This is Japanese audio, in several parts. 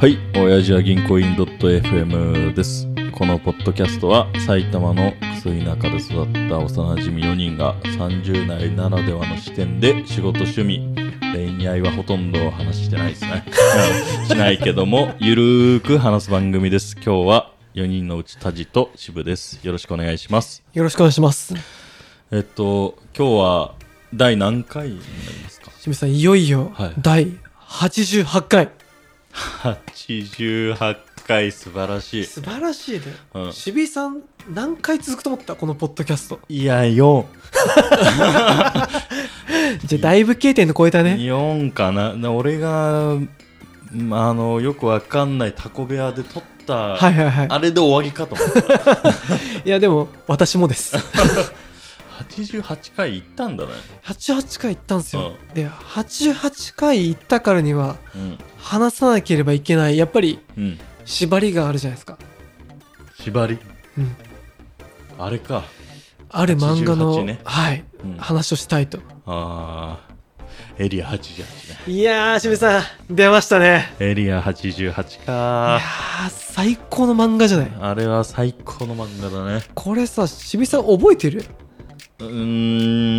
はい、親父は銀行員 .fm です。このポッドキャストは埼玉のクソ田舎で育った幼馴染4人が30代ならではの視点で仕事趣味、恋愛はほとんど話してないですね。 うんしないけども、ゆるーく話す番組です。今日は4人のうちタジと渋です。よろしくお願いします。よろしくお願いします。えっと、今日は第何回になりますか清水さん、いよいよ、はい第88回。 ?88 回素晴らしい。素晴らしいね。うん渋井さん、何回続くと思ったこのポッドキャスト。いや、4。じゃあ、だいぶ K 点の超えたね。 4かなな俺がうんあのよくわかんないタコ部屋で撮った、はいはいはい。あれで終わりかと思ったいや、でも、私も です。 88回行ったんだね、 88回行ったんですよ。で、88回行ったからには、うん話さなければいけない、やっぱり、うん、縛りがあるじゃないですか。縛りうん。あれかある漫画の、 88ねはい、うん話をしたいと。あーエリア88ねいやー、渋井さん、出ましたね。エリア88いやかー、最高の漫画じゃない。あれは最高の漫画だねこれさ渋井さん覚えてるうー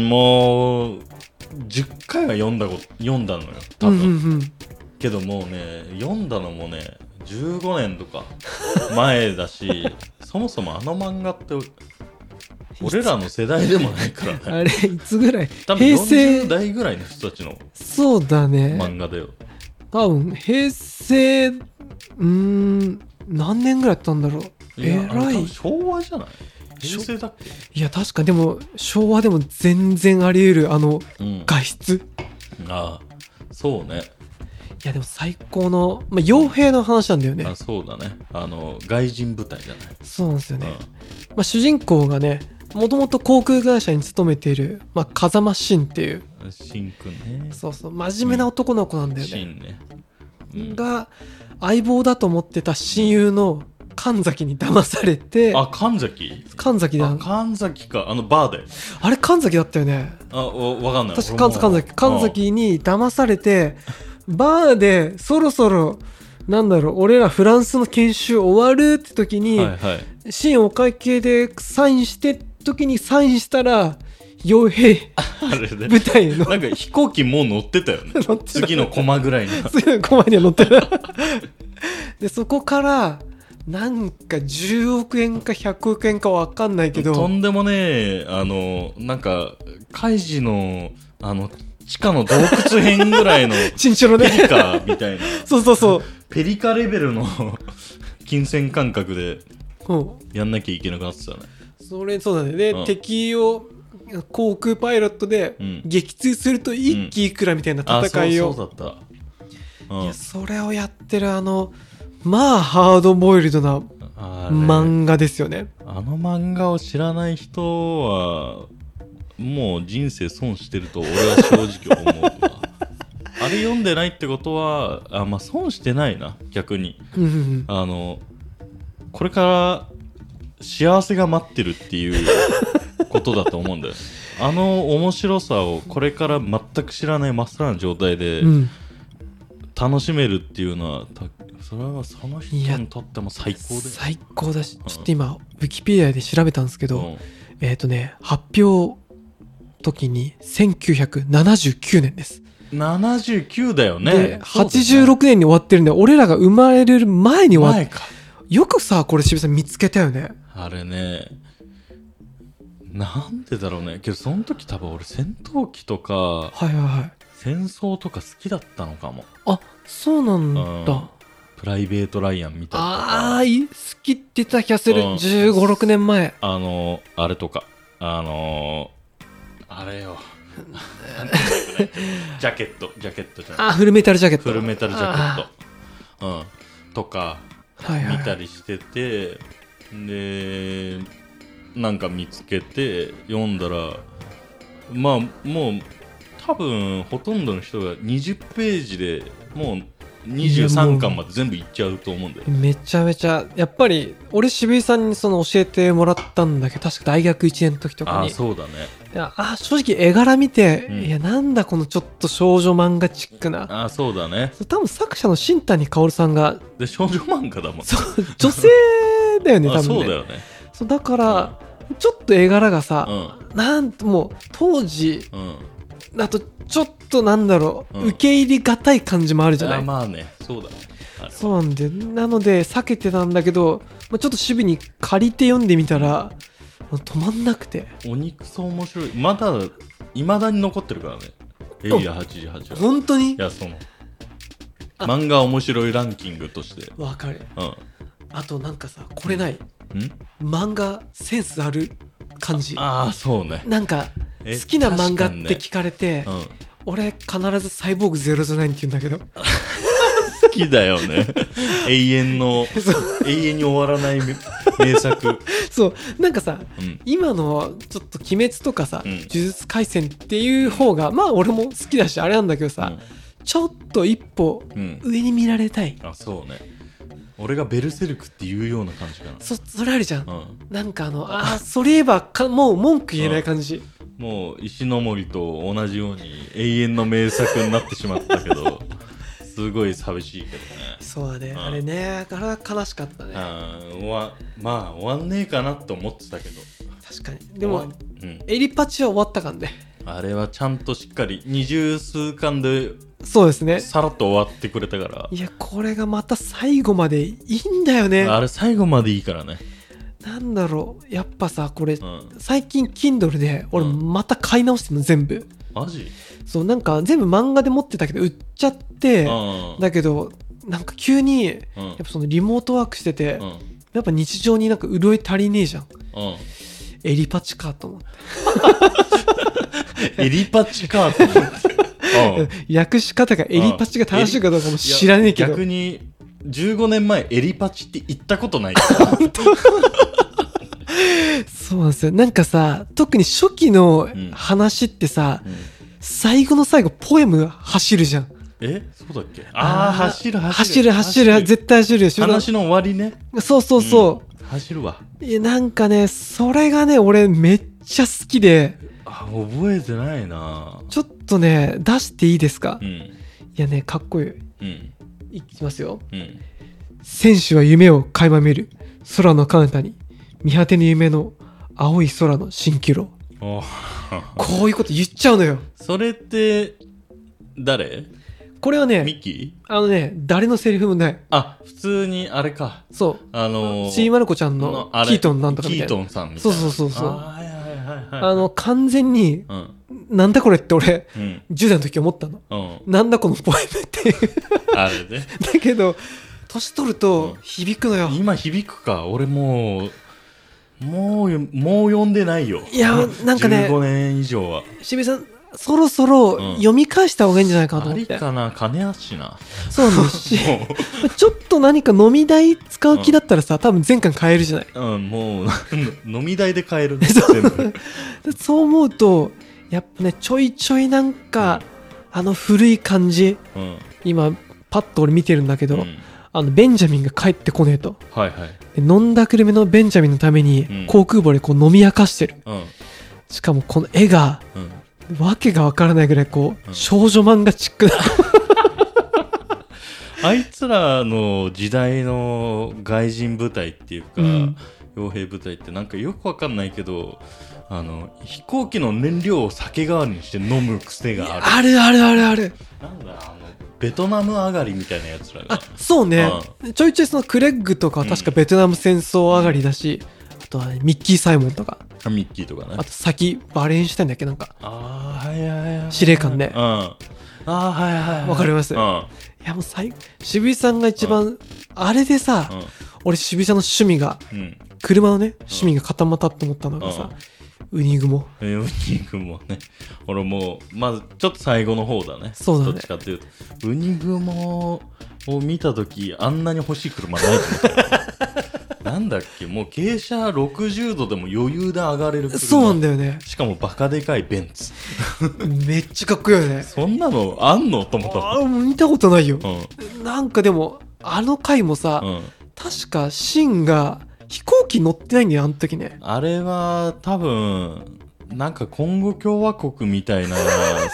んもう10回は読んだこと読んだのよ多分、うんうんうん、けどもうね読んだのもね15年とか前だし そもそもあの漫画って俺らの世代でもないからねあれいつぐらい多分平成40代ぐらいの人たちのそうだね漫画だよ、多分平成うーん何年ぐらいやったんだろういやえあれら多い分昭和じゃないし平ょ成だっけ、いや確かでも昭和でも全然あり得るあのうん、あ画質あそうねいやでも最高の、まあ、傭兵の話なんだよねあそうだねあの外人舞台じゃない、そうなんですよね、う、まあ、主人公がねもともと航空会社に勤めている、まあ、風間信っていうんシンくんねそうそう真面目な男の子なんだよね、シンね、うんが相棒だと思ってた親友の神崎に騙されてあ神崎神崎だあ神崎かあのバーであれ神崎だったよねあわわかんない私俺も神崎神崎神崎に騙されてバーでそろそろなんだろう俺らフランスの研修終わるって時うんに、はいはいシーンお会計でサインして時にサインしたら傭兵あれね。舞台 のなんか飛行機もう乗ってたよね。 乗ってた次の駒ぐらいに。次のコマには載ってる でそこからなんか10億円か100億円かわかんないけとどんでもねえ、あの、なんか、カイジの、あの、地下の洞窟編ぐ らいのチンチロペリねカみたいな、そうそうそペリカレベルの 金銭感覚で う、うん、やんなきゃいけなくなってたね。それそうだねで、うん敵を航空パイロットでうん撃墜すると一気いくらみたいな戦いを、あ、そうそうだった。ういんやそれをやってるあのまあハードボイルドなあれ漫画ですよねあの漫画を知らない人はもう人生損してると俺は正直 思うわあれ読んでないってことはあまあ損してないな逆にうんうんうんあのこれから幸せが待ってるっていうことだと思 うんだよあの面白さをこれから全く知らない真っさらな状態でうん楽しめるっていうのはたそれはその人いやにとっても最高で最高だしちょっと今ウィキペディアで調べたんですけど、うんえっ、とね、発表時に1979年です。 79だよねそで、うだよね86年に終わってるんで、俺らが生まれる前に終わっ前かよくさ、これ渋谷さん見つけたよね。あれねなんでだろうねけどその時多分俺戦闘機とかはいはいはい。戦争とか好きだったのかもあ、そうなんだ。うんプライベート・ライアンみたいああなー、いい好きって言ってた気がする。うん15、6年前。あのあれとかあのあれ よジャケットジャケットじゃないあーフルメタルジャケット。フルメタルジャケッあトうんとかー。はいはい、見たりしててでなんか見つけて読んだらまあもう多分ほとんどの人が20ページでもう23巻まで全部いっちゃうと思うんだよねめちゃめちゃやっぱり俺渋井さんにその教えてもらったんだけど確か大学1年の時とかあにあそうだねいやあ正直絵柄見て、うんいやなんだこのちょっと少女漫画チックなああそうだね多分作者の新谷薫さんがで少女漫画だもん そう女性だよねあ多分そうねだよねそうだから、ちょっと絵柄がさ、なんともう当時うんうんだとちょっとなんだろう、うん受け入れがたい感じもあるじゃなあい、まあねそうだねあれそうなんだよなので避けてたんだけど、まあ、ちょっと渋に借りて読んでみたら止まんなくてお肉そう面白いまだいまだに残ってるからねエリア88はい本当にやそのあ漫画面白いランキングとしてわかるうあとなんかさこれないんん漫画センスある感じああそうねなんかえ好きな漫画っ確かにねて聞かれてうん俺必ずサイボーグ009って言うんだけど 好きだよね永遠の永遠に終わらない名名作そうなんかさうん今のちょっと「鬼滅」とかさ「うん呪術廻戦」っていう方がまあ俺も好きだしあれなんだけどさ、ちょっと一歩うん、上に見られたい、うん、あそうね俺がベルセルクっていうような感じかなそそれあるじゃん、うんなんかあのああそれ言えばかもう文句言えない感じ、もう石の森と同じように永遠の名作になってしまったけ どすごい寂しいけどねそうだね、んあれねあれは悲しかったね、あー終わまあ終わんねえかなと思ってたけど確かにで終もわんうん、エリパチは終わったかんねあれはちゃんとしっかり二十数巻でそうですねさらっと終わってくれたから、いやこれがまた最後までいいんだよねあれ最後までいいからね、なんだろうやっぱさこれ、うん、最近 Kindle で俺うんまた買い直してるの全部マジ、そうなんか全部漫画で持ってたけど売っちゃってうんだけどなんか急にやうんっぱそのリモートワークしてて、うんやっぱ日常になんか潤い足りねえじゃんうん、エリパチかと思ってエリパチかと思って、うん、訳し方がエリパチが正しいかどうかも 知らねえけいやど逆に15年前エリパチって言ったことないから、そうなんですよなんかさ特に初期のん話ってさ、うん最後の最後ポエム走るじゃんえそうだっけああー走る走走るる走る絶対走るよ話の終わりねそうそうそうん、走るわう、いやなんかねそれがね俺めっちゃ好きであ覚えてないなちょっとね出していいですか、ういんやねかっこいいうんいきますようん戦士は夢を垣間見る空の彼方に見果てぬ夢の青い空の蜃気楼おこういうこと言っちゃうのよそれって誰これはねミキあのね誰のセリフもないあ普通にあれかそあのうーちいまる子ちゃんのあれキートンなんとかみキたいーなトンさんみたいなそうそうそうそうあはいはいはいはいあの完全にうんなんだこれって俺うん10代の時思ったのうんなんだこのポエムっていうあれ ねだけど年取るとうん響くのよ、今響くか俺もうもうもう読んでないよいやなんかね15年以上は渋井さんそろそろうん読み返した方がいいんじゃないかなとあ思っりて、かな金足なそうなんですしちょっと何か飲み代使う気だったらさ多分全巻買えるじゃないもう、うん、もう 飲み代で買えるね全部でそう思うとやっぱねちょいちょいなんかあの古い感じうん今パッと俺見てるんだけど、うんあのベンジャミンが帰ってこねえとはいはいで飲んだくれめのベンジャミンのためうにん航空母でこう飲み明かしてるうんしかもこの絵がうんわけがわからないぐらいこう、うん少女漫画チックな あいつらの時代の外人部隊っていうか、うん傭兵部隊ってなんかよくわかんないけどあの飛行機の燃料を酒代わりにして飲む癖があるあるあるあるあるなんだあのベトナム上がりみたいなやつらあがそうね、ちょいちょいそのクレッグとかは確かベトナム戦争上がりだし、あとはねミッキー・サイモンとかあミッキーとかねあと先バレンシュタインだっけなんかああはいはいはい司令官ねうんああはいはいはいわかりますうんうんいやもう最渋井さんが一番、あれでさ、俺渋井さんの趣味がうん車のね趣味が固まったと思ったのがさ、ウニグモえーウニグもね俺もうまずちょっと最後の方だねそうだねどっちかっていうとウニグモを見た時あんなに欲しい車ないと思った なんだっけもう傾斜60度でも余裕で上がれる車そうなんだよねしかもバカでかいベンツめっちゃかっこいいよねそんなのあんのと思ったああもう見たことないよもんうんなんかでもあの回もさ、うん、確かシンが飛行機乗ってないんだよあの時ねあれは多分なんかコンゴ共和国み たいな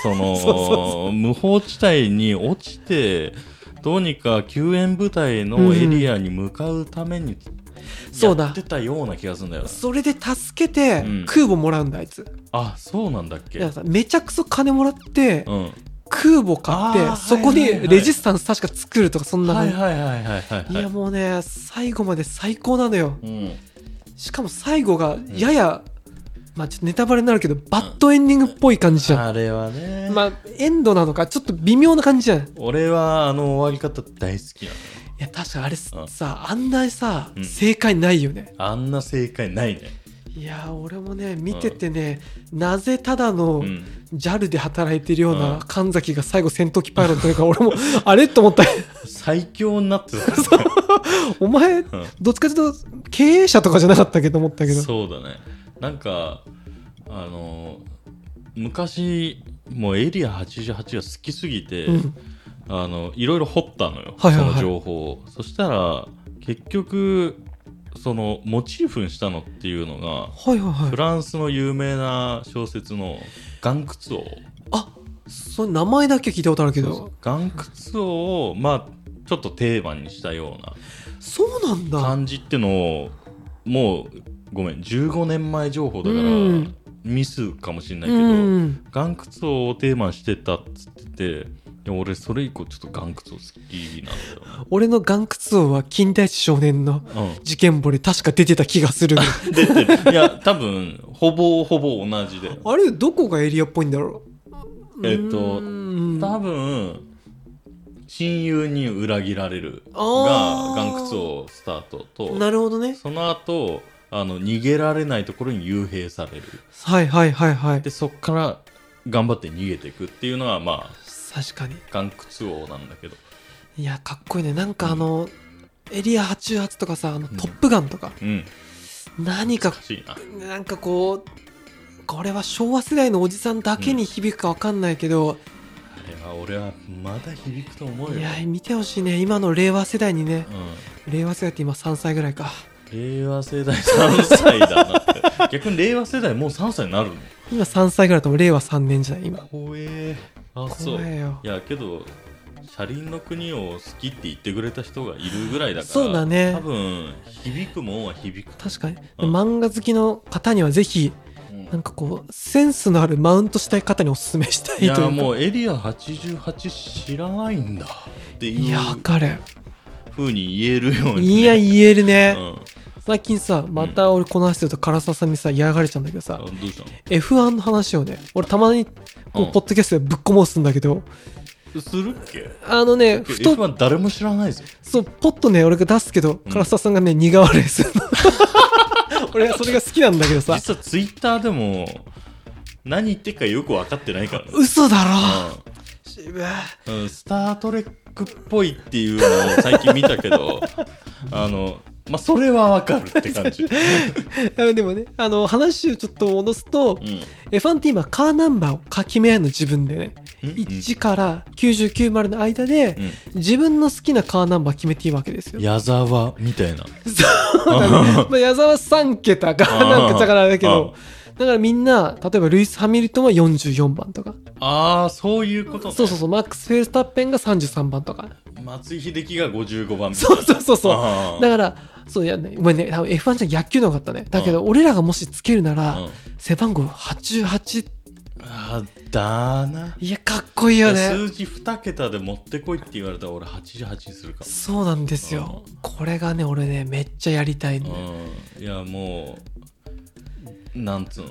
そのそうそう無法地帯に落ちてどうにか救援部隊のエリアに向かうためにやそうだってたような気がするんだよな、それで助けてうん空母もらうんだあいつ、あそうなんだっけだからさめちゃくそ金もらってうん、空母買あっーてそこはいはいはにいレジスタンス確か作るとかそんなは感いじ、はいはいはいはいいはいやもうね最後まで最高なのようん、しかも最後がやや、まあちょっとネタバレになるけどバッドエンディングっぽい感じじゃん、あれはね、まあエンドなのかちょっと微妙な感じじゃんい俺はあの終わり方大好きなのや確かあれうんさあんなさ、うん正解ないよねあんな正解ないね、いやー俺もね見ててね、なぜただのうん、 JAL で働いてるよううんな神崎が最後戦闘機パイロットだから俺も あれと思った最強になってた、 お前うんどっちかというと経営者とかじゃなかったけど思ったけどそうだねなんかあの昔もうエリア88が好きすぎて、うんあのいろいろ掘ったのよ、はいはいはいその情報をそしたら結局そのモチーフにしたのっていうのがはいはいはフいランスの有名な小説の「岩窟王」あその名前だけ聞いたことあるけそうど岩窟王をまあちょっとテーマにしたようなそうなんだ感じってのをもうごめん15年前情報だからうんミスかもしれないけうど、ん岩窟王をテーマにしてたっつっててでも俺それ以降ちょっと岩窟王好きなん俺の岩窟王は金田一少年のだよ、 ね事件簿で確か出てた気が するうん、出てるいや多分ほぼほぼ同じであれどこがエリアっぽいんだろうえっとうん多分親友に裏切られるがあー岩窟王スタートとなるほどねその後あの逃げられないところに幽閉されるはいはいはいはいでそっから頑張って逃げていくっていうのはまあ確かに岩窟王なんだけどいやかっこいいねなんかあの、エリア88とかさ「あのうんトップガン」とか、うん何か難しいななんかこうこれは昭和世代のおじさんだけに響くかわかんないけど、あれは俺はまだ響くと思うよいや見てほしいね今の令和世代にねうん令和世代って今3歳ぐらいか令和世代3歳だな って逆に令和世代もう3歳になるの今3歳ぐらいだと思う令和3年じゃない今怖えあそう怖いえよやけど車輪の国を好きって言ってくれた人がいるぐらいだからそうだね多分響くもんは響く確かに、うん漫画好きの方にはぜひうんなんかこうセンスのあるマウントしたい方におすすめしたいといいうかやもうエリア88知らないんだっていいやうわかるふうに言えるようにね、いや言えるね、うん最近さまた俺この話すると唐沢さんにさ嫌がられちゃうんだけどあさ、どうした F1 の話をね俺たまにこう、うんポッドキャストでぶっこもうすんだけどのするっけあのねふと F1 誰も知らないぞそうポッとね俺が出すけどうん唐沢さんがね苦笑いする の俺はそれが好きなんだけどさ実はツイッターでも何言ってるかよく分かってないからね嘘だろうん渋いうん、スター・トレックっぽいっていうのを最近見たけ どあの、まあ、それはわかるって 感じ、うん、あでもねあの話をちょっと戻すと、F1 って今カーナンバーを書き目合いの自分でねうん1から99までの間でうん自分の好きなカーナンバー決めていいわけですよ矢沢みたいなそうだね。 まあ、矢沢3桁か、何桁からだけど。だからみんな、例えばルイス・ハミルトンは44番とか。 ああそういうこと、ね、そうそうそう、マックス・フェルスタッペンが33番とか。 松井秀喜が55番目そうそうそうそう。あーだから、そういやね、ごめんね、多分 F1 じゃ野球の方が良かったね。だけど、俺らがもしつけるなうらん、背番号88、あーだーないや、かっこいいよね。数字2桁で持ってこいって言われたら俺88にするかそうなんですよ。これがね、俺ね、めっちゃやりたいんだようんいやもうなんつうの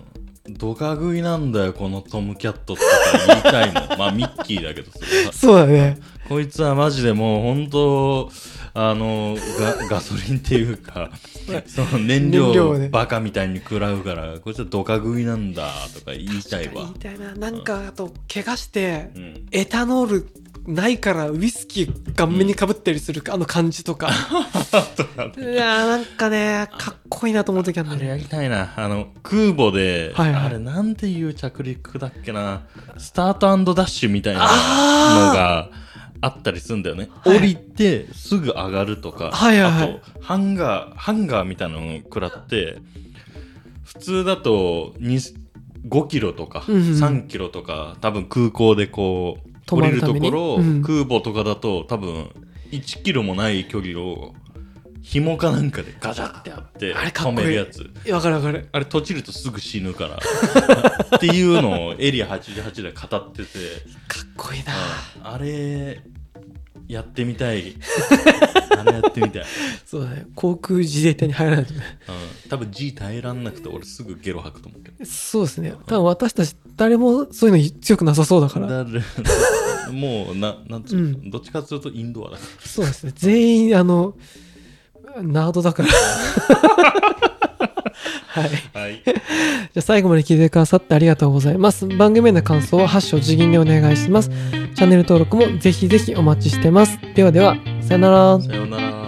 ドカ食いなんだよこのトムキャットとか言いたいもん まあミッキーだけどそれはそうだね。こいつはマジでもう本当あのガガソリンっていう かその燃料燃料をねバカみたいに食らうからこいつはドカ食いなんだとか言いたいわ確かに言いたいな。なんか、あと、怪我してう、ん エタノールないからウイスキー顔面にかぶったりする、あの感じとかいやーなんかねかっこいいなと思う時あるあんだれよやねりたいな。あの、空母で、はいはいあれなんていう着陸だっけな。スタートダッシュみたいなのあーがあったりするんだよね。はい降りてすぐ上がるとか、はいはいはいあと、ハンガー、ハンガーみたいなのを食らって、普通だとに5キロとかうんうん3キロとか、多分空港でこう、止降まりるるたとめにころ、うん空母とかだと多分1キロもない距離を紐かなんかでガチャってやってあれか止っこめいいるやつわかるわかるあれ閉じるとすぐ死ぬから っていうのをエリア88で語っててかっこいいな、あれやってみた いあれやってみたい、うそうだね航空自衛隊に入らないとねん、多分 G 耐えらんなくて俺すぐゲロ吐くと思うけどそうですね多分私たち誰もそういうの強くなさそうだからだるもうななんつうの、うんどっちかというとインドアだかそうですね全員あのナードだ からはいらはいじゃあ最後まで聞いてくださってありがとうございます。番組への感想は発祥次元でお願いします。チャンネル登録もぜひぜひお待ちしてます。ではでは、さよなら。さようなら